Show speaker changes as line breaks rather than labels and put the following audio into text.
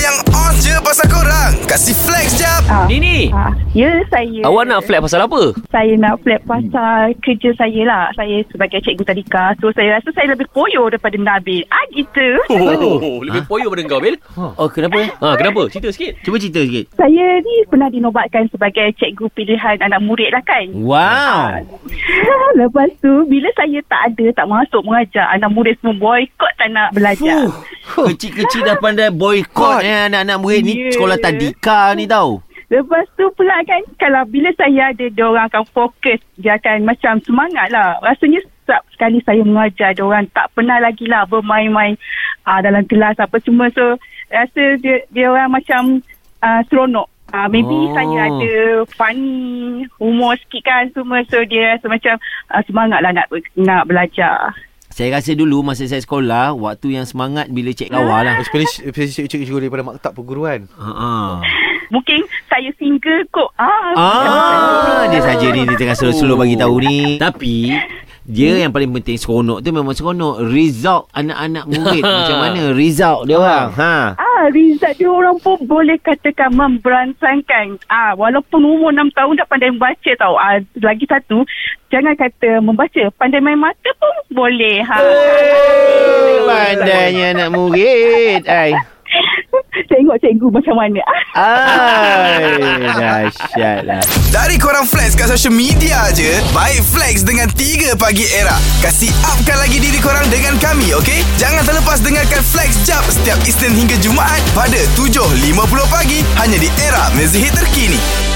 yang on je pasal korang Kasih flex jap
Ah,
Nini
ah. Ya saya
Awak nak flat pasal apa?
Saya nak flat pasal kerja saya lah Saya sebagai cikgu tadika So saya rasa saya lebih koyo daripada Nabil Ah gitu
Oh, lebih poyo pada kau Bil Oh kenapa? Ha, kenapa? Cerita sikit
Cuba cerita sikit
Saya ni pernah dinobatkan sebagai cikgu pilihan anak murid lah kan
Hmm.
Wow
Lepas tu bila saya tak ada tak masuk mengajar anak murid semua boikot tak nak belajar.
Fuh. Kecil-kecil dah pandai boykot eh, Anak-anak murid ni
Yeah.
Sekolah tadika ni tau
Lepas tu pula kan kalau bila saya ada dia orang akan fokus dia akan macam semangat lah. Rasanya setiap sekali saya mengajar dia orang tak pernah lagi lah bermain-main uh, dalam kelas apa semua so rasa dia, dia orang macam uh, seronok. Uh, maybe
Oh.
oh. saya ada funny humor sikit kan semua so dia rasa macam uh, semangat lah nak, nak belajar.
Saya rasa dulu masa saya sekolah Waktu yang semangat bila cek lawa lah
Especially especially cikgu-cikgu daripada maktab perguruan.
Ha-ha.
Mungkin saya single kot. Ah,
Ah, dia saja ni dia tengah slow-slow bagi tahu ni. Tapi dia yang paling penting seronok tu memang seronok result anak-anak murid macam mana result dia orang. Ha.
Ah, result dia orang pun boleh katakan memberansangkan. Ah, walaupun umur 6 tahun dah pandai membaca tau. Ah, lagi satu, jangan kata membaca. Pandai main mata pun boleh. Ha.
Eh. Pandainya anak murid. Ai.
Tengok cikgu macam mana. Ah.
Ai, dahsyat lah.
Dari korang flex kat social media je Baik flex dengan 3 pagi era Kasih upkan lagi diri korang dengan kami okay? Jangan terlepas dengarkan flex jap Setiap Isnin hingga Jumaat Pada 7.50 pagi Hanya di era mezihit terkini